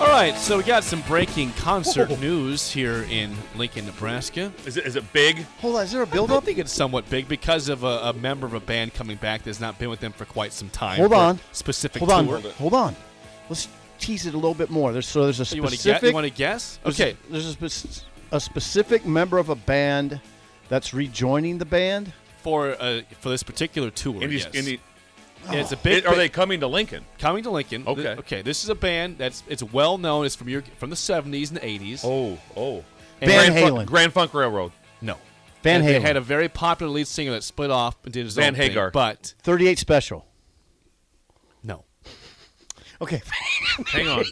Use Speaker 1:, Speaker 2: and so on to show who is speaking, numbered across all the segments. Speaker 1: All right, so we got some breaking concert news here in Lincoln, Nebraska.
Speaker 2: Is it, is it big?
Speaker 3: Hold on, is there a
Speaker 1: I
Speaker 3: build
Speaker 1: don't
Speaker 3: up?
Speaker 1: think it's somewhat big because of a, a member of a band coming back that's not been with them for quite some time.
Speaker 3: Hold
Speaker 1: for a
Speaker 3: on.
Speaker 1: specific
Speaker 3: Hold on,
Speaker 1: tour.
Speaker 3: hold on. Let's tease it a little bit more. There's so there's a
Speaker 1: Oh, You want to guess? You
Speaker 3: specific.
Speaker 1: want to guess?
Speaker 3: there's a-
Speaker 1: Okay.
Speaker 3: There's a, spec- a specific member of a band that's rejoining the band.
Speaker 1: For uh, for this particular tour,
Speaker 2: Indies-
Speaker 1: yes.
Speaker 2: Indi-
Speaker 1: Yeah,
Speaker 3: Oh.
Speaker 1: it's a big.
Speaker 2: are they coming to Lincoln?
Speaker 1: coming to Lincoln?
Speaker 2: Okay.
Speaker 1: Th- okay. This is a band that's it's well known. It's from your from the seventies and eighties.
Speaker 2: Oh, oh.
Speaker 1: And-
Speaker 3: Van
Speaker 2: Grand Funk,
Speaker 3: Halen.
Speaker 2: Grand Funk Railroad.
Speaker 1: no.
Speaker 3: Van
Speaker 1: They
Speaker 3: Halen.
Speaker 1: had a very popular lead singer that split off and did his
Speaker 2: Van
Speaker 1: own thing,
Speaker 2: Hagar.
Speaker 1: but
Speaker 3: 38 special.
Speaker 1: no.
Speaker 3: Okay.
Speaker 2: Hang on.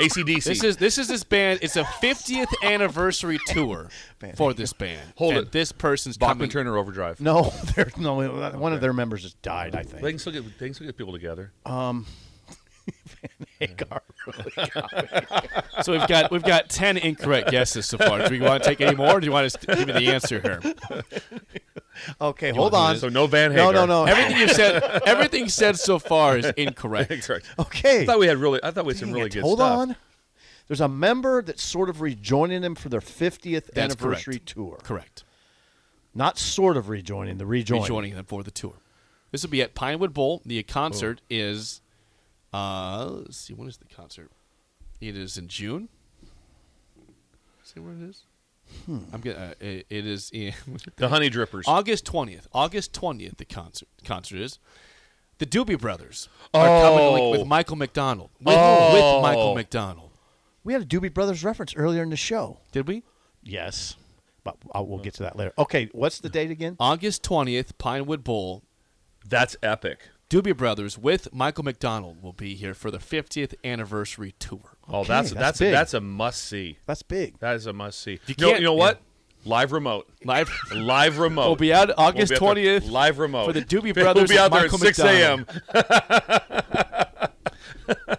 Speaker 2: ACDC.
Speaker 1: Oh This is this is this band. It's a 50th anniversary tour for this band.
Speaker 2: Hold
Speaker 1: and
Speaker 2: it.
Speaker 1: This person's
Speaker 2: Bachman
Speaker 1: coming.
Speaker 2: Turner Overdrive.
Speaker 3: No, there's no one of their members has died, I
Speaker 2: They
Speaker 3: think.
Speaker 2: can still get they can still get people together.
Speaker 3: Hagar.
Speaker 1: So we've got we've got 10 incorrect guesses so far. Do you want to take any more? Or do you want to give me the answer here?
Speaker 3: Okay, hold on.
Speaker 2: So no Van
Speaker 3: No,
Speaker 2: Hagar.
Speaker 3: no, no.
Speaker 1: Everything you said, everything said so far is incorrect.
Speaker 2: Correct.
Speaker 3: Okay.
Speaker 2: I thought we had really. I thought we had some
Speaker 3: Dang
Speaker 2: really
Speaker 3: it,
Speaker 2: good
Speaker 3: hold
Speaker 2: stuff.
Speaker 3: on. There's a member that's sort of rejoining them for their 50th
Speaker 1: That's
Speaker 3: anniversary
Speaker 1: correct.
Speaker 3: tour.
Speaker 1: Correct.
Speaker 3: Not sort of rejoining, the rejoining.
Speaker 1: Rejoining them for the tour. This will be at Pinewood Bowl. The concert is, uh, let's see, when is the concert? It is in June. See where it is? I'm gonna. Uh, it, it is in
Speaker 2: The Honey Drippers.
Speaker 1: August 20th. August 20th, the concert concert is. The Doobie Brothers are coming to Lincoln
Speaker 2: Oh.
Speaker 1: with Michael McDonald. With, with Michael McDonald.
Speaker 3: We had a Doobie Brothers reference earlier in the show.
Speaker 1: Did we?
Speaker 3: Yes, but I, we'll get to that later. Okay, what's the date again?
Speaker 1: August 20th, Pinewood Bowl.
Speaker 2: That's epic.
Speaker 1: Doobie Brothers with Michael McDonald will be here for the 50th anniversary tour.
Speaker 2: Oh, that's
Speaker 3: that's
Speaker 2: that's
Speaker 3: big.
Speaker 2: that's a must see.
Speaker 3: That's big.
Speaker 2: That is a must see.
Speaker 1: You
Speaker 2: You, know,
Speaker 1: can't-
Speaker 2: you know what? Live remote.
Speaker 1: Live.
Speaker 2: Live remote.
Speaker 1: We'll be out August
Speaker 2: We'll be out there
Speaker 1: 20th
Speaker 2: Live remote
Speaker 1: for the Doobie
Speaker 2: We'll
Speaker 1: Brothers
Speaker 2: be out
Speaker 1: with
Speaker 2: there
Speaker 1: Michael
Speaker 2: at 6 a.m.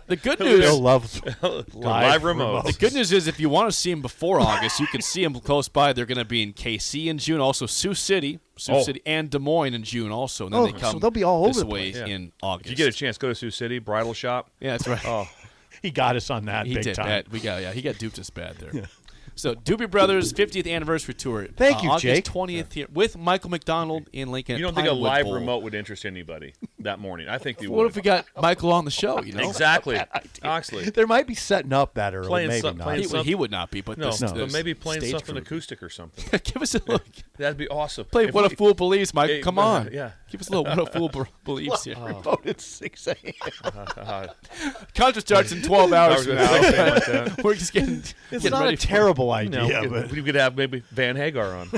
Speaker 1: The good
Speaker 3: Bill
Speaker 1: news.
Speaker 3: loves
Speaker 2: Live remote.
Speaker 1: The good news is, if you want to see them before August, you can see them close by. They're going to be in KC in June, also Sioux City, Sioux
Speaker 2: Oh.
Speaker 1: City, and Des Moines in June, also. And then
Speaker 3: Oh,
Speaker 1: they
Speaker 3: so
Speaker 1: come
Speaker 3: they'll be all
Speaker 1: this
Speaker 3: over the
Speaker 1: way
Speaker 3: place.
Speaker 1: in August.
Speaker 2: If you get a Oh, chance, go to Sioux City Bridal Shop.
Speaker 1: yeah, that's right.
Speaker 3: he got us on that
Speaker 1: He
Speaker 3: big
Speaker 1: did
Speaker 3: time.
Speaker 1: that. We got yeah. He got duped us bad there. So Doobie Brothers 50th anniversary tour. Uh,
Speaker 3: Thank you,
Speaker 1: August
Speaker 3: Jake.
Speaker 1: 20th here with Michael McDonald in Lincoln.
Speaker 2: You
Speaker 1: at
Speaker 2: don't think a
Speaker 1: Pinewood
Speaker 2: live
Speaker 1: Bowl.
Speaker 2: remote would interest anybody that morning? I think you
Speaker 1: What
Speaker 2: would.
Speaker 1: if we got Michael on the show? You know,
Speaker 2: exactly, Oxley?
Speaker 3: There might be setting up that early,
Speaker 2: Playing
Speaker 3: maybe
Speaker 2: some-
Speaker 3: not.
Speaker 2: playing
Speaker 1: He,
Speaker 2: some-
Speaker 1: he would not be, but
Speaker 2: No,
Speaker 1: this,
Speaker 2: no.
Speaker 1: this
Speaker 2: maybe playing
Speaker 1: stage
Speaker 2: something
Speaker 1: crew.
Speaker 2: acoustic or something.
Speaker 1: Give us a look.
Speaker 2: That'd be awesome.
Speaker 1: Play
Speaker 2: If
Speaker 1: What
Speaker 2: we-
Speaker 1: a Fool Believes, Mike.
Speaker 2: Hey,
Speaker 1: Come
Speaker 2: uh,
Speaker 1: on.
Speaker 2: yeah.
Speaker 1: Give us a little What a Fool Be- Believes here.
Speaker 3: Vote at 6 a.m.
Speaker 1: Concert starts in 12 hours from
Speaker 2: gonna say
Speaker 1: now.
Speaker 2: something like that.
Speaker 1: We're just getting.
Speaker 3: It's
Speaker 1: getting
Speaker 3: not
Speaker 1: ready
Speaker 3: a
Speaker 1: for it.
Speaker 3: terrible
Speaker 2: No,
Speaker 3: idea,
Speaker 2: we, could,
Speaker 3: but
Speaker 2: we could have maybe Van Hagar on.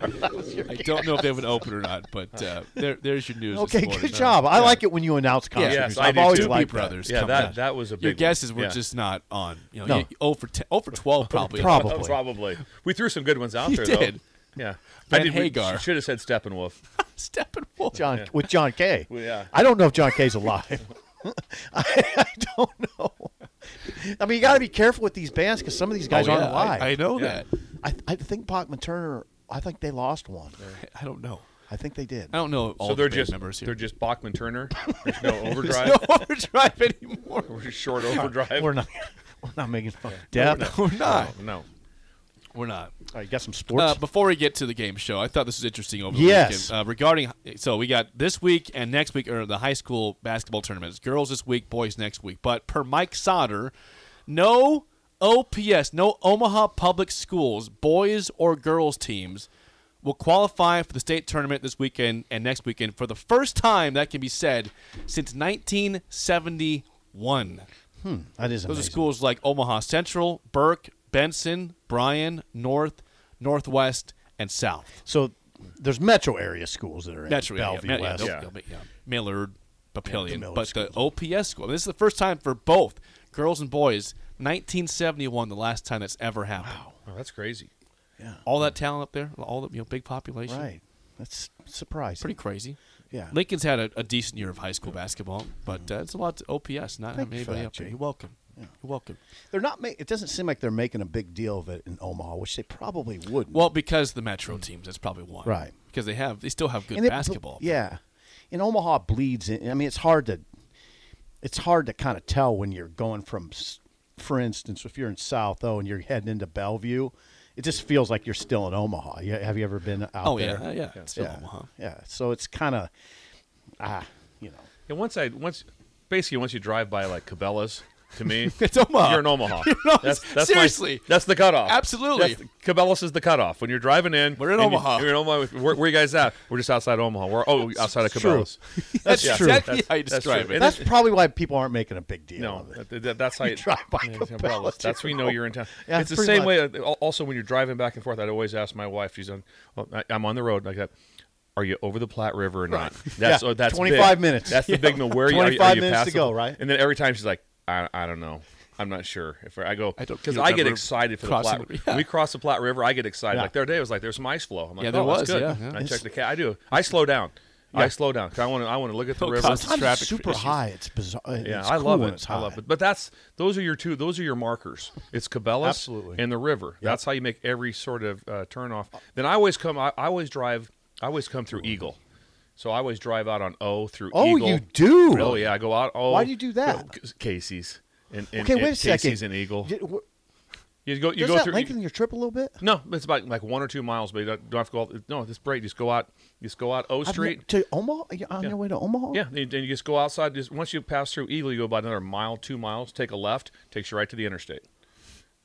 Speaker 1: I don't know if they would open or not, but uh, there, there's your news. this
Speaker 3: okay,
Speaker 1: morning.
Speaker 3: good job. I like it when you announce concert
Speaker 1: Yes,
Speaker 3: music.
Speaker 2: I
Speaker 3: I've
Speaker 2: do
Speaker 3: always
Speaker 2: too.
Speaker 1: Doobie
Speaker 3: liked that.
Speaker 1: Brothers.
Speaker 2: yeah,
Speaker 1: coming
Speaker 2: that
Speaker 1: up.
Speaker 2: that was a big
Speaker 1: Your guesses
Speaker 2: one.
Speaker 1: were
Speaker 2: Yeah.
Speaker 1: just not on. You oh know,
Speaker 3: No. Oh,
Speaker 1: you, over, 10, over 12 probably.
Speaker 3: Probably.
Speaker 2: probably. We threw some good ones out
Speaker 1: You
Speaker 2: there
Speaker 1: did.
Speaker 2: though. Yeah.
Speaker 1: Van
Speaker 2: I did- we
Speaker 1: Hagar.
Speaker 2: sh- should have said Steppenwolf.
Speaker 1: Steppenwolf.
Speaker 3: John with John Kay.
Speaker 2: Well, yeah.
Speaker 3: I don't know if John Kay's alive. I, I don't know. I mean, you got to be careful with these bands because some of these guys
Speaker 1: Oh, yeah,
Speaker 3: aren't alive.
Speaker 1: I, I know
Speaker 2: Yeah.
Speaker 1: that.
Speaker 3: I, I think Bachman Turner. I think they lost one.
Speaker 1: I don't know.
Speaker 3: I think they did.
Speaker 1: I don't know all
Speaker 2: so
Speaker 1: the
Speaker 2: they're
Speaker 1: band
Speaker 2: just
Speaker 1: members here.
Speaker 2: they're just Bachman Turner. There's no overdrive.
Speaker 1: no overdrive anymore.
Speaker 2: We're just short overdrive.
Speaker 3: We're not. We're not making fun of death.
Speaker 1: We're not.
Speaker 2: No, no.
Speaker 1: We're not.
Speaker 3: All right, Oh, you got some sports.
Speaker 1: Uh, before we get to the game show, I thought this was interesting over the
Speaker 3: Yes.
Speaker 1: weekend. Uh, regarding, so we got this week and next week are the high school basketball tournaments. Girls this week, boys next week. But per Mike Sauter, no OPS, no Omaha Public Schools, boys or girls teams will qualify for the state tournament this weekend and next weekend for the first time that can be said since 1971.
Speaker 3: that is
Speaker 1: Those
Speaker 3: amazing.
Speaker 1: are schools like Omaha Central, Burke, Benson, Bryan, North, Northwest, and South.
Speaker 3: So there's metro area schools that are in
Speaker 1: Metro, yeah,
Speaker 3: Bellevue
Speaker 1: yeah,
Speaker 3: West.
Speaker 1: yeah, yeah, yeah. Millard, Papillion,
Speaker 3: Millard
Speaker 1: but the OPS school. This is the first time for both girls and boys. 1971, the last time that's ever happened.
Speaker 2: Oh, that's crazy.
Speaker 1: All that talent up there, all the you know, big population.
Speaker 3: Right. That's surprising.
Speaker 1: Pretty crazy.
Speaker 3: Yeah.
Speaker 1: Lincoln's had a, a decent year of high school basketball, but uh, it's a lot to OPS. Not
Speaker 3: Thank
Speaker 1: having
Speaker 3: you for
Speaker 1: anybody
Speaker 3: that,
Speaker 1: up there.
Speaker 3: Jake.
Speaker 1: You're welcome. You're welcome.
Speaker 3: They're not. Ma- it doesn't seem like they're making a big deal of it in Omaha, which they probably wouldn't.
Speaker 1: Well, because the Metro teams, that's probably why.
Speaker 3: Mm. Right.
Speaker 1: Because they have, they still have good
Speaker 3: And it ble-
Speaker 1: basketball.
Speaker 3: yeah, and Omaha bleeds. In, I mean, it's hard to it's hard to kind of tell when you're going from, s- for instance, if you're in South O and you're heading into Bellevue, it just feels like you're still in Omaha. Yeah, have you ever been out
Speaker 1: Oh
Speaker 3: there?
Speaker 1: yeah, uh, yeah, it's still
Speaker 3: yeah,
Speaker 1: Omaha.
Speaker 3: yeah. So it's kind of ah, you know,
Speaker 2: And once I once basically once you drive by like Cabela's to me,
Speaker 1: It's Omaha.
Speaker 2: You're in Omaha.
Speaker 1: You're in Omaha.
Speaker 2: That's, that's my-
Speaker 1: Seriously.
Speaker 2: that's the cutoff.
Speaker 1: Absolutely.
Speaker 2: That's the- Cabela's is the cutoff. When you're driving in,
Speaker 1: We're in
Speaker 2: and you-
Speaker 1: Omaha.
Speaker 2: You're in Omaha. Where, where you guys at? We're just outside Omaha. We're oh outside of
Speaker 3: true.
Speaker 2: Cabela's.
Speaker 1: That's,
Speaker 2: Yeah,
Speaker 1: true. exactly
Speaker 2: that's-
Speaker 1: how you
Speaker 2: that's
Speaker 1: describe
Speaker 2: true.
Speaker 1: it.
Speaker 2: And
Speaker 3: that's probably why people aren't making a big deal.
Speaker 2: No,
Speaker 3: of it.
Speaker 2: that, that- that's how you,
Speaker 3: drive by
Speaker 2: Yeah,
Speaker 3: Cabela's,
Speaker 2: That's
Speaker 3: you
Speaker 2: when you know
Speaker 3: know.
Speaker 2: you're in town.
Speaker 3: Yeah,
Speaker 2: it's the
Speaker 3: pretty
Speaker 2: same way. uh, al- Also, when you're driving back and forth, I'd always ask my wife. She's on. Well, I- I'm on the road like that. Are you over the Platte River or not? That's
Speaker 3: Yeah,
Speaker 2: oh, that's
Speaker 3: 25
Speaker 2: big.
Speaker 3: minutes.
Speaker 2: That's the big no. Where are you? are you-
Speaker 3: 25
Speaker 2: are you
Speaker 3: minutes to
Speaker 2: past
Speaker 3: go,
Speaker 2: the-
Speaker 3: right?
Speaker 2: And then every time she's like, I, I don't know. I'm not sure if I go
Speaker 1: I don't-
Speaker 2: because
Speaker 1: you
Speaker 2: I get
Speaker 1: remember
Speaker 2: excited for the
Speaker 1: crossing
Speaker 2: Platte.
Speaker 1: the- yeah.
Speaker 2: We cross the Platte River. I get excited.
Speaker 3: Yeah.
Speaker 2: Like the other day, it was like there's some ice flow. I'm like,
Speaker 1: Yeah, there
Speaker 2: oh, that's
Speaker 1: was,
Speaker 2: good.
Speaker 1: yeah, yeah.
Speaker 2: And I check the cat. I do. I slow down. I slow down 'cause I want to. I want to look at the
Speaker 1: Don't
Speaker 2: river.
Speaker 1: cause
Speaker 3: Sometimes
Speaker 1: traffic
Speaker 3: it's super
Speaker 1: issues.
Speaker 3: high. It's bizarre.
Speaker 2: Yeah,
Speaker 3: it's
Speaker 2: I
Speaker 3: cool
Speaker 2: love
Speaker 3: when
Speaker 2: it.
Speaker 3: It's high.
Speaker 2: I love it. But that's those are your two. Those are your markers. It's Cabela's
Speaker 3: Absolutely.
Speaker 2: and the river. That's how you make every sort of uh, turn off. Then I always come. I, I always drive. I always come through Eagle. So I always drive out on O through
Speaker 3: Oh,
Speaker 2: Eagle.
Speaker 3: you do?
Speaker 2: Oh yeah, I go out. Oh,
Speaker 3: Why do you do that?
Speaker 2: Go- Casey's and, and
Speaker 3: Okay,
Speaker 2: and
Speaker 3: wait a second.
Speaker 2: Casey's and Eagle.
Speaker 3: Did- wh-
Speaker 2: you go. You
Speaker 3: does
Speaker 2: go
Speaker 3: that
Speaker 2: through.
Speaker 3: lengthen your trip a little bit?
Speaker 2: no, it's about like one or two miles, but you don't, don't have to go. All, no, it's great. You just go out. You just go out O
Speaker 3: I've ne-
Speaker 2: Street.
Speaker 3: to Omaha You're on your way to Omaha.
Speaker 2: Yeah, and and you just go outside. Just once you pass through Eagle, you go about another mile, two miles, take a left, takes you right to the interstate.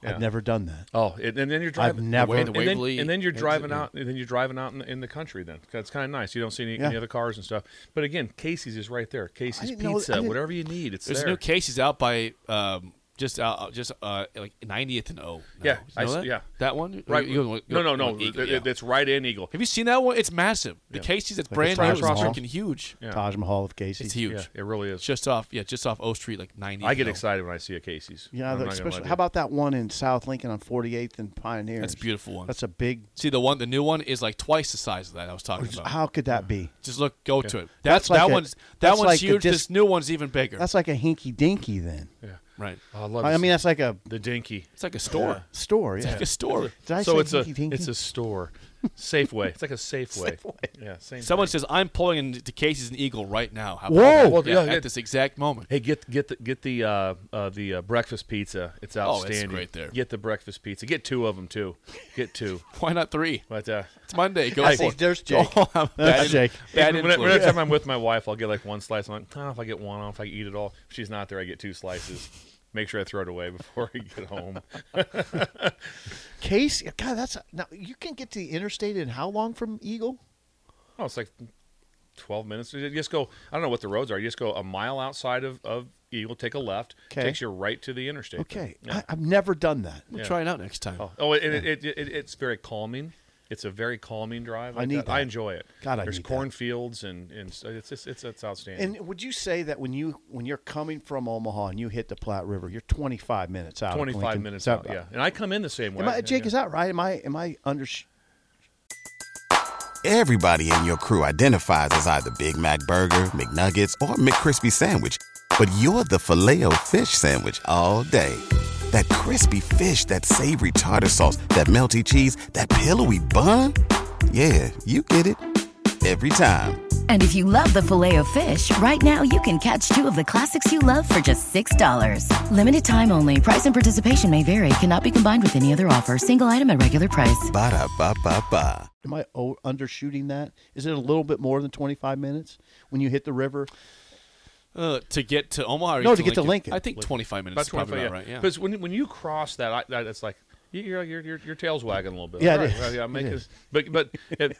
Speaker 2: Yeah.
Speaker 3: I've never done that.
Speaker 2: Oh, and, and then you're driving.
Speaker 3: never-
Speaker 2: and,
Speaker 1: The
Speaker 2: then,
Speaker 1: Waverly
Speaker 2: and then you're
Speaker 1: exit,
Speaker 2: driving
Speaker 1: yeah.
Speaker 2: out. And then you're driving out in the, in the country. Then 'Cause it's kind of nice. You don't see any,
Speaker 3: Yeah.
Speaker 2: any other cars and stuff. But again, Casey's is right there. Casey's
Speaker 3: didn't know- I
Speaker 2: Pizza,
Speaker 3: didn't-
Speaker 2: whatever you need, it's
Speaker 1: There's
Speaker 2: there.
Speaker 1: new cases out by um, just out, just uh, like 90th and O. now.
Speaker 2: Yeah,
Speaker 1: you know
Speaker 2: I s-
Speaker 1: that?
Speaker 2: yeah.
Speaker 1: that one.
Speaker 2: right?
Speaker 1: You- you-
Speaker 2: no, no,
Speaker 1: you-
Speaker 2: no.
Speaker 1: Eagle,
Speaker 2: it-
Speaker 1: yeah.
Speaker 2: it- It's right in Eagle.
Speaker 1: Have you seen that one? It's massive. The Casey's that's brand new.
Speaker 3: Taj
Speaker 1: It's
Speaker 3: Mahal.
Speaker 1: freaking huge.
Speaker 2: Yeah.
Speaker 3: Taj Mahal of Casey's.
Speaker 1: It's huge.
Speaker 2: Yeah, it really is.
Speaker 1: It's just off. Yeah, just off O Street, like 90.
Speaker 2: I get excited when I see a Casey's.
Speaker 3: Yeah,
Speaker 2: I'm
Speaker 3: the-
Speaker 2: not gonna lie
Speaker 3: especially
Speaker 2: to
Speaker 3: how
Speaker 2: you.
Speaker 3: about that one in South Lincoln on 48th and Pioneer?
Speaker 1: That's a beautiful one.
Speaker 3: That's a big.
Speaker 1: See the one, the new one is like twice the size of that I was talking about.
Speaker 3: How could that be?
Speaker 1: just look, go to it.
Speaker 3: That's
Speaker 1: That's,
Speaker 3: like
Speaker 1: that
Speaker 3: a-
Speaker 1: one's that
Speaker 3: that's
Speaker 1: one's
Speaker 3: like a
Speaker 1: huge.
Speaker 3: dis-
Speaker 1: this new one's even bigger.
Speaker 3: That's like a hinky dinky then.
Speaker 1: right.
Speaker 2: Oh, I love.
Speaker 3: I
Speaker 2: this-
Speaker 3: mean, that's like a
Speaker 2: the dinky.
Speaker 1: It's like a store.
Speaker 3: store.
Speaker 1: It's
Speaker 3: Yeah.
Speaker 1: like a store.
Speaker 3: Did I
Speaker 2: so
Speaker 3: say
Speaker 2: it's a
Speaker 3: hinky dinky?
Speaker 2: it's a store, Safeway. It's like a Safeway. Yeah, same.
Speaker 1: Someone says, "I'm pulling into Casey's and Eagle right now." How
Speaker 3: Whoa!
Speaker 1: about that?
Speaker 2: Well,
Speaker 1: Yeah,
Speaker 2: yeah,
Speaker 1: at
Speaker 2: it-
Speaker 1: this exact moment.
Speaker 2: Hey, get get the get the uh, uh, the uh, breakfast pizza. It's
Speaker 1: Oh, it's
Speaker 2: outstanding.
Speaker 1: great there.
Speaker 2: Get the breakfast pizza. Get two of them too. Get two.
Speaker 1: Why not three?
Speaker 2: But uh,
Speaker 1: It's Monday. Go
Speaker 3: I
Speaker 1: for
Speaker 3: see.
Speaker 1: it.
Speaker 3: There's Jake.
Speaker 1: Oh, I'm bad,
Speaker 3: Jake.
Speaker 1: Bad
Speaker 2: when- whenever
Speaker 1: influence.
Speaker 2: time I'm with my wife, I'll get like one slice. I'm like, oh, if I get one, I don't know if I can eat it all. If she's not there, I get two slices. Make sure I throw it away before I get home.
Speaker 3: Casey. God, that's a, now you can get to the interstate in how long from Eagle?
Speaker 2: oh, it's like twelve minutes. You just go. I don't know what the roads are. You just go a mile outside of of Eagle. Take a left.
Speaker 3: 'Kay.
Speaker 2: Takes you right to the interstate.
Speaker 3: Okay,
Speaker 2: Yeah.
Speaker 3: I, I've never done that.
Speaker 1: We'll try it out next time.
Speaker 2: Oh, oh, it, it, it, it, it's very calming. It's a very calming drive.
Speaker 3: I
Speaker 2: like
Speaker 3: need
Speaker 2: I
Speaker 3: that.
Speaker 2: enjoy it.
Speaker 3: God, I
Speaker 2: There's
Speaker 3: need that.
Speaker 2: cornfields and and so it's it's it's, it's outstanding.
Speaker 3: And would you say that when you when you're coming from Omaha and you hit the Platte River, you're 25 minutes out. of
Speaker 2: 25
Speaker 3: Lincoln?
Speaker 2: minutes
Speaker 3: Is that
Speaker 2: out.
Speaker 3: about-
Speaker 2: Yeah, and I come in the same way.
Speaker 3: Am I, Jake,
Speaker 2: yeah.
Speaker 3: is that right? Am I am I under?
Speaker 4: Everybody in your crew identifies as either Big Mac Burger, McNuggets, or McCrispy Sandwich. But you're the filet fish Sandwich all day. That crispy fish, that savory tartar sauce, that melty cheese, that pillowy bun. Yeah, you get it. Every time.
Speaker 5: And if you love the filet of fish, right now you can catch two of the classics you love for just $6. Limited time only. Price and participation may vary. Cannot be combined with any other offer. Single item at regular price.
Speaker 4: Ba-da-ba-ba-ba.
Speaker 3: Am I o- undershooting that? Is it a little bit more than 25 minutes when you hit the river?
Speaker 1: Uh, to get to Omaha. Or
Speaker 3: No, to get to Lincoln.
Speaker 1: I think twenty-five minutes.
Speaker 2: That's
Speaker 1: is probably
Speaker 2: yeah.
Speaker 1: about right. Yeah.
Speaker 2: Because when when you cross that, I, that it's like you- you're, you're, you're, your tail's wagging a little bit.
Speaker 3: Yeah, it
Speaker 2: All right,
Speaker 3: is.
Speaker 2: well, yeah, make
Speaker 3: It
Speaker 2: this- but but it-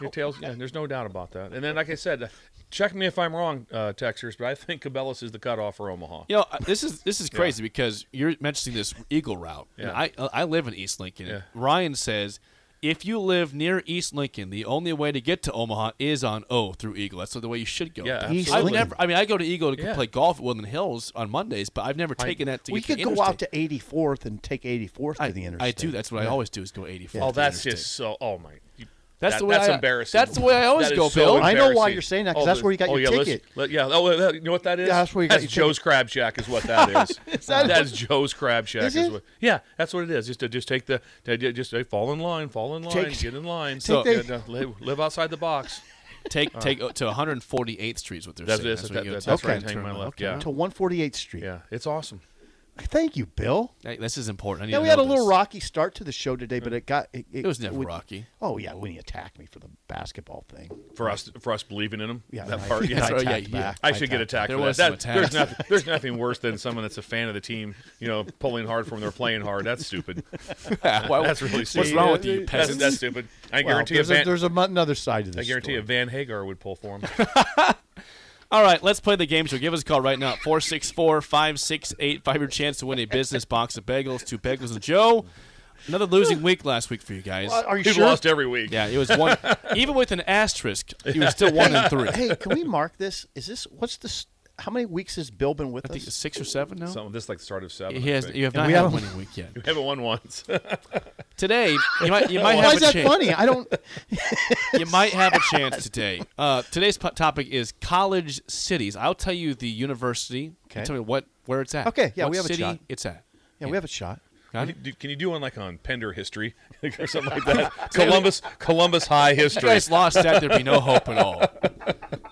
Speaker 2: your tail's. Yeah, there's no doubt about that. And then, like I said, check me if I'm wrong, uh, Texers. But I think Cabela's is the cutoff for Omaha.
Speaker 1: You know, uh, this is this is crazy because you're mentioning this Eagle route. And
Speaker 2: Yeah.
Speaker 1: I uh, I live in East Lincoln.
Speaker 2: Yeah.
Speaker 1: Ryan says if you live near East Lincoln, the only way to get to Omaha is on O through Eagle. That's the way you should go.
Speaker 2: Yeah,
Speaker 3: East
Speaker 1: I
Speaker 3: Lincoln.
Speaker 1: never. I mean, I go to Eagle to
Speaker 2: Yeah.
Speaker 1: play golf at Woodland Hills on Mondays, but I've never taken that to
Speaker 3: we
Speaker 1: get to
Speaker 3: could
Speaker 1: the
Speaker 3: go out
Speaker 1: interstate.
Speaker 3: to 84th and take 84th
Speaker 1: I,
Speaker 3: to the interstate.
Speaker 1: I do. That's what I always do is go 84.
Speaker 2: Oh,
Speaker 1: to the
Speaker 2: that's
Speaker 1: interstate.
Speaker 2: just so. Oh my. you-
Speaker 1: That's
Speaker 2: that-
Speaker 1: the way
Speaker 2: That's
Speaker 1: I-
Speaker 2: embarrassing.
Speaker 1: that's the way I always
Speaker 2: That is
Speaker 1: go,
Speaker 2: so
Speaker 1: Bill.
Speaker 3: I know why
Speaker 2: embarrassing.
Speaker 3: you're saying that, 'cause
Speaker 2: Oh,
Speaker 3: that's
Speaker 2: the-
Speaker 3: where you got
Speaker 2: oh,
Speaker 3: your
Speaker 2: yeah, listen-
Speaker 3: ticket.
Speaker 2: let- yeah. Oh, that- you know what that is?
Speaker 3: Yeah, that's where you got
Speaker 2: That's
Speaker 3: your
Speaker 2: Joe's Crab Shack is what that is.
Speaker 3: that
Speaker 2: that's Joe's Crab Shack.
Speaker 3: Is
Speaker 2: Is
Speaker 3: it?
Speaker 2: what, yeah, that's what it is. Just to just take the to ju- just uh, fall in line, fall in line,
Speaker 3: Take-
Speaker 2: get in line.
Speaker 3: So-
Speaker 2: yeah, no, live, live outside the box.
Speaker 1: take take uh, to 148th Street is what they're
Speaker 2: That's
Speaker 1: saying.
Speaker 2: it.
Speaker 1: That's,
Speaker 2: That-
Speaker 1: what you go
Speaker 2: that-
Speaker 1: to.
Speaker 2: that's
Speaker 3: Okay.
Speaker 2: right. Hang my left. Yeah.
Speaker 3: To 148th Street.
Speaker 2: Yeah, it's awesome.
Speaker 3: Thank you, Bill.
Speaker 1: Hey, this is important. I need
Speaker 3: Yeah,
Speaker 1: to
Speaker 3: we had a
Speaker 1: know
Speaker 3: little
Speaker 1: this.
Speaker 3: rocky start to the show today,
Speaker 2: Mm.
Speaker 3: but it got it,
Speaker 1: It was never
Speaker 3: we-
Speaker 1: rocky.
Speaker 3: Oh yeah, when he attacked me for the basketball thing.
Speaker 2: For us, for us believing in him.
Speaker 3: Yeah,
Speaker 2: that
Speaker 3: I-
Speaker 2: part.
Speaker 3: I
Speaker 2: Oh, Yeah.
Speaker 1: right, yeah,
Speaker 3: attacked
Speaker 1: yeah.
Speaker 3: back.
Speaker 2: I should get
Speaker 3: attacked
Speaker 2: attacked
Speaker 1: There
Speaker 2: for
Speaker 1: was
Speaker 2: that.
Speaker 1: some
Speaker 2: That- there's,
Speaker 1: attacks.
Speaker 2: nothing, there's nothing worse than someone that's a fan of the team, you know, pulling hard from them. They're playing hard. That's stupid.
Speaker 1: Why-
Speaker 2: That's really
Speaker 1: Oh, What's
Speaker 2: stupid.
Speaker 1: wrong with you, you
Speaker 2: That's-
Speaker 1: peasants?
Speaker 2: That's stupid. I
Speaker 3: Well,
Speaker 2: guarantee
Speaker 3: there's,
Speaker 2: a
Speaker 3: a,
Speaker 2: Van,
Speaker 3: there's a, mu- another side to this.
Speaker 2: I guarantee
Speaker 3: story.
Speaker 2: a Van Hagar would pull for him.
Speaker 1: All right, let's play the game show. Give us a call right now at 464 568 5. Your chance to win a business box of bagels, two bagels, and Joe. Another losing week last week for you guys.
Speaker 3: Uh, Are you
Speaker 2: He's
Speaker 3: sure?
Speaker 2: lost every week.
Speaker 1: Yeah, it was one. even with an asterisk, you were still one and three.
Speaker 3: hey, can we mark this? Is this what's this? How many weeks has Bill been with
Speaker 1: I think it's
Speaker 3: us?
Speaker 1: six or seven now.
Speaker 2: Some this like the start of seven.
Speaker 1: he
Speaker 2: I
Speaker 1: has. uh,
Speaker 2: think.
Speaker 1: You have not
Speaker 3: we
Speaker 1: had a
Speaker 3: haven't-
Speaker 1: winning week yet.
Speaker 2: We haven't won once.
Speaker 1: Today, you might. You might
Speaker 3: Why
Speaker 1: have
Speaker 3: is
Speaker 1: a
Speaker 3: that
Speaker 1: chance.
Speaker 3: funny? I don't.
Speaker 1: you might have a chance today. Uh, today's po- topic is college cities. I'll tell you the university.
Speaker 3: Okay.
Speaker 1: You tell me what where it's at.
Speaker 3: Okay, yeah,
Speaker 1: what
Speaker 3: we have a
Speaker 1: city
Speaker 3: shot.
Speaker 1: It's at.
Speaker 3: Yeah, we have a shot.
Speaker 1: Got it?
Speaker 2: Do- Can you do one like on Pender history or something like that? Columbus, Columbus High
Speaker 1: If
Speaker 2: history.
Speaker 1: you guys lost that, there'd be no hope at all.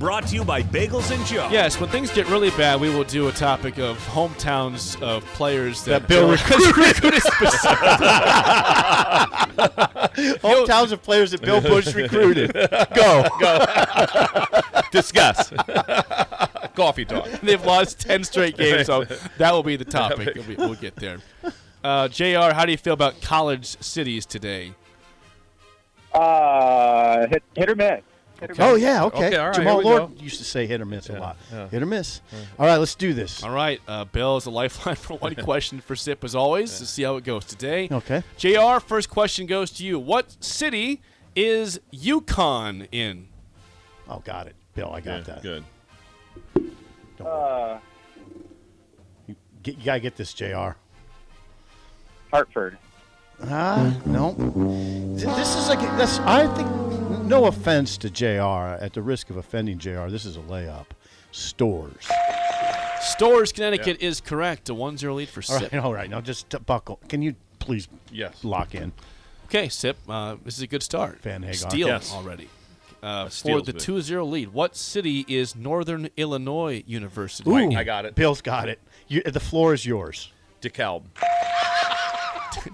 Speaker 6: Brought to you by Bagels and Joe.
Speaker 1: Yes, when things get really bad, we will do a topic of hometowns of players that,
Speaker 3: That Bill
Speaker 1: recruited specifically.
Speaker 3: Hometowns of players that Bill Bush recruited. Go.
Speaker 2: Discuss. Coffee talk.
Speaker 1: They've lost 10 straight games, so that will be the topic. We'll, be- we'll get there. Uh, JR, how do you feel about college cities today?
Speaker 7: Uh, hit, hit or miss.
Speaker 3: Oh yeah. Okay.
Speaker 2: Okay, all right,
Speaker 3: Jamal
Speaker 2: here we
Speaker 3: Lord
Speaker 2: go.
Speaker 3: used to say hit or miss a lot.
Speaker 2: yeah.
Speaker 3: Hit or miss. All right, let's do this.
Speaker 1: All right, uh, Bill is a lifeline for one question for Sip as always. To see how it goes today.
Speaker 3: Okay.
Speaker 1: Jr. First question goes to you. What city is Yukon in?
Speaker 3: Oh, got it, Bill. I got
Speaker 2: Good,
Speaker 3: that.
Speaker 2: Good.
Speaker 3: Don't worry. you, get, you gotta get this, Jr.
Speaker 7: Hartford.
Speaker 3: Ah, no. Th- This is like this. I think. No offense to Jr. At the risk of offending Jr., this is a layup. Stores.
Speaker 1: Stores, Connecticut is correct. A 1 0 lead for
Speaker 3: All
Speaker 1: Sip.
Speaker 3: right. All right. Now just t- buckle. Can you please?
Speaker 2: Yes.
Speaker 3: Lock in.
Speaker 1: Okay, Sip, uh, this is a good start.
Speaker 3: Van Hagar.
Speaker 1: Steal
Speaker 2: Yes.
Speaker 1: already. Uh, for
Speaker 2: steal's
Speaker 1: the
Speaker 2: big.
Speaker 1: 2 0 lead. What city is Northern Illinois University?
Speaker 3: Ooh,
Speaker 1: in?
Speaker 2: I got it.
Speaker 3: Bill's got it. You, the floor is yours.
Speaker 2: DeKalb.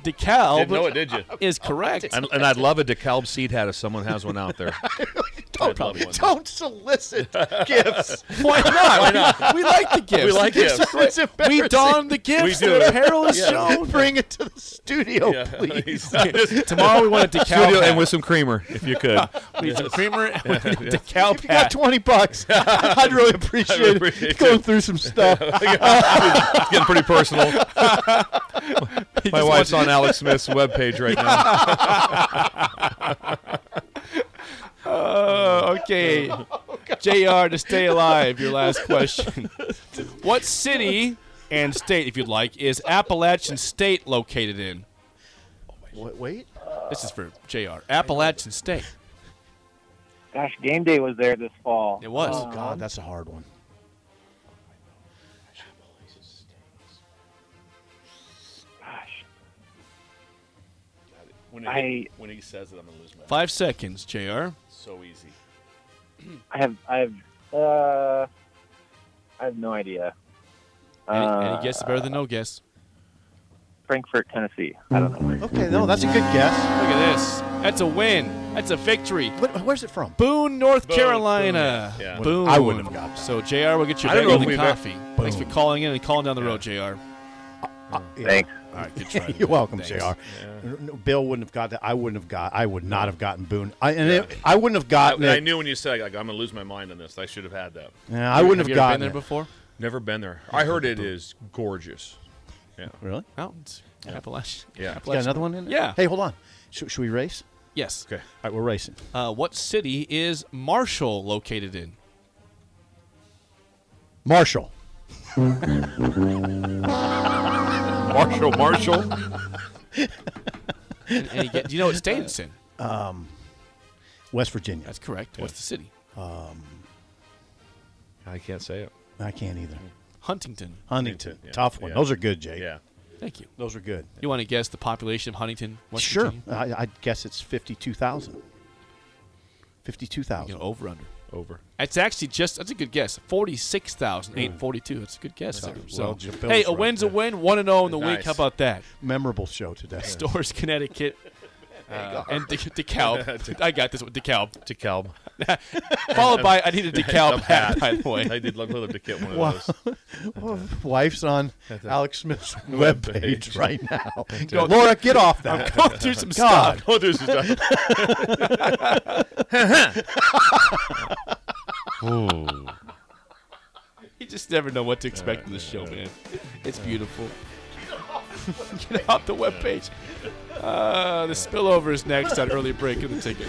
Speaker 1: DeKalb
Speaker 2: Didn't know it, did you?
Speaker 1: is correct.
Speaker 2: And, and I'd love a DeKalb seed hat if someone has one out there.
Speaker 3: Don't,
Speaker 2: I'd love one.
Speaker 3: don't solicit gifts.
Speaker 1: Why not? Why not? We like the gifts.
Speaker 2: We like
Speaker 1: The
Speaker 2: gifts.
Speaker 1: are
Speaker 3: It's
Speaker 1: great. We
Speaker 3: embarrassing.
Speaker 1: don the gifts.
Speaker 2: We do.
Speaker 1: The apparel is
Speaker 2: Yeah.
Speaker 1: shown.
Speaker 3: Bring it to the studio, please.
Speaker 1: Tomorrow we want a decal
Speaker 7: Studio
Speaker 1: pack.
Speaker 7: and with some creamer.
Speaker 6: if you could.
Speaker 1: We need some creamer and we need a decal
Speaker 3: If you got
Speaker 1: pack.
Speaker 3: twenty bucks, I'd really appreciate,
Speaker 2: appreciate
Speaker 3: it. going through some stuff.
Speaker 7: It's getting pretty personal. My wife's on Alex Smith's webpage right now.
Speaker 1: Uh, okay. JR, to stay alive, your last question. what city and state, if you'd like, is Appalachian State located in?
Speaker 3: Wait, wait.
Speaker 1: This is for JR. Appalachian State.
Speaker 8: Gosh, game day was there this fall.
Speaker 1: It was.
Speaker 3: Oh, God, that's um, a hard one.
Speaker 8: Gosh,
Speaker 2: When,
Speaker 8: I-
Speaker 2: when he says it, I'm gonna lose my.
Speaker 1: Five seconds, JR.
Speaker 2: So easy.
Speaker 8: I have, I have, uh, I have no idea.
Speaker 1: Any,
Speaker 8: uh,
Speaker 1: any guess is better than no guess.
Speaker 8: Frankfort, Tennessee. I don't know.
Speaker 3: Okay, no, that's a good guess.
Speaker 1: Look at this. That's a win. That's a victory.
Speaker 3: What, where's it from?
Speaker 1: Boone, North
Speaker 2: Boone,
Speaker 1: Carolina.
Speaker 2: Boone, yeah. Yeah.
Speaker 1: Boone.
Speaker 3: I wouldn't have got that.
Speaker 1: So JR will get you
Speaker 2: I
Speaker 1: back
Speaker 2: don't
Speaker 1: on
Speaker 2: know if
Speaker 1: the
Speaker 2: we've-
Speaker 1: coffee. Thanks for calling in and calling down the road, JR.
Speaker 3: Yeah.
Speaker 8: Thanks.
Speaker 1: All right, good try.
Speaker 3: You're welcome,
Speaker 1: Thanks.
Speaker 3: Jr. No, Bill wouldn't have got that. I wouldn't have got. I would not have gotten Boone. I and it, I wouldn't have
Speaker 2: I,
Speaker 3: gotten
Speaker 2: I
Speaker 3: it.
Speaker 2: knew when you said like, I'm gonna lose my mind on this. I should have had that.
Speaker 3: Yeah, I wouldn't
Speaker 1: Have
Speaker 3: have,
Speaker 1: you ever
Speaker 3: gotten
Speaker 1: been there
Speaker 3: it.
Speaker 1: before?
Speaker 2: Never been there. I heard it is gorgeous.
Speaker 3: Really?
Speaker 1: Mountains. Appalachian.
Speaker 2: Yeah.
Speaker 3: You got another one in? There?
Speaker 1: Yeah.
Speaker 3: Hey, hold on. Should, should we race?
Speaker 1: Yes.
Speaker 2: Okay.
Speaker 3: All right, we're racing.
Speaker 1: Uh, what city is Marshall located in?
Speaker 3: Marshall.
Speaker 7: Marshall, Marshall.
Speaker 1: And, and you get, do you know what state it's in?
Speaker 3: West Virginia.
Speaker 1: That's correct. What's the city?
Speaker 2: I can't say it.
Speaker 3: I can't either.
Speaker 1: Huntington.
Speaker 3: Huntington.
Speaker 2: Huntington, yeah,
Speaker 3: Tough one.
Speaker 2: yeah.
Speaker 3: Those are good, Jake.
Speaker 2: Yeah.
Speaker 1: Thank you.
Speaker 3: Those are good.
Speaker 1: You want to guess the population of Huntington? West
Speaker 3: sure.
Speaker 1: Virginia?
Speaker 3: I, I guess it's 52,000.
Speaker 1: You
Speaker 3: 52,000.
Speaker 1: know, over under.
Speaker 2: Over.
Speaker 1: It's actually just that's a good guess. Forty six thousand eight forty two. That's a good guess. Hunter.
Speaker 3: well,
Speaker 1: So
Speaker 3: Bill was
Speaker 1: hey, a
Speaker 3: right
Speaker 1: win's a
Speaker 3: there.
Speaker 1: win. One and zero in the week.
Speaker 2: Nice.
Speaker 1: How about that?
Speaker 3: Memorable show today.
Speaker 1: Doors, Connecticut, uh, and De- DeKalb. I got this one. DeKalb,
Speaker 2: To Calb.
Speaker 1: followed by I need a DeKalb hat. By the way,
Speaker 2: I did love to get one of
Speaker 3: Wow.
Speaker 2: those.
Speaker 3: Wife's on Alex Smith's webpage right now.
Speaker 1: No,
Speaker 3: Laura, get off that.
Speaker 1: go through some
Speaker 3: God.
Speaker 1: stuff.
Speaker 2: Oh, this is
Speaker 1: You just never know what to expect in this show, man. It's beautiful. Get off the webpage. Uh, the spillover is next on early break in the ticket.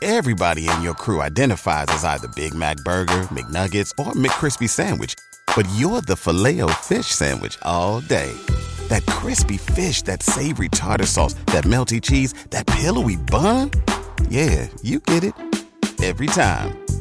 Speaker 4: Everybody in your crew identifies as either Big Mac Burger, McNuggets, or McCrispy Sandwich. But you're the filet fish Sandwich all day. That crispy fish, that savory tartar sauce, that melty cheese, that pillowy bun. Yeah, you get it. Every time.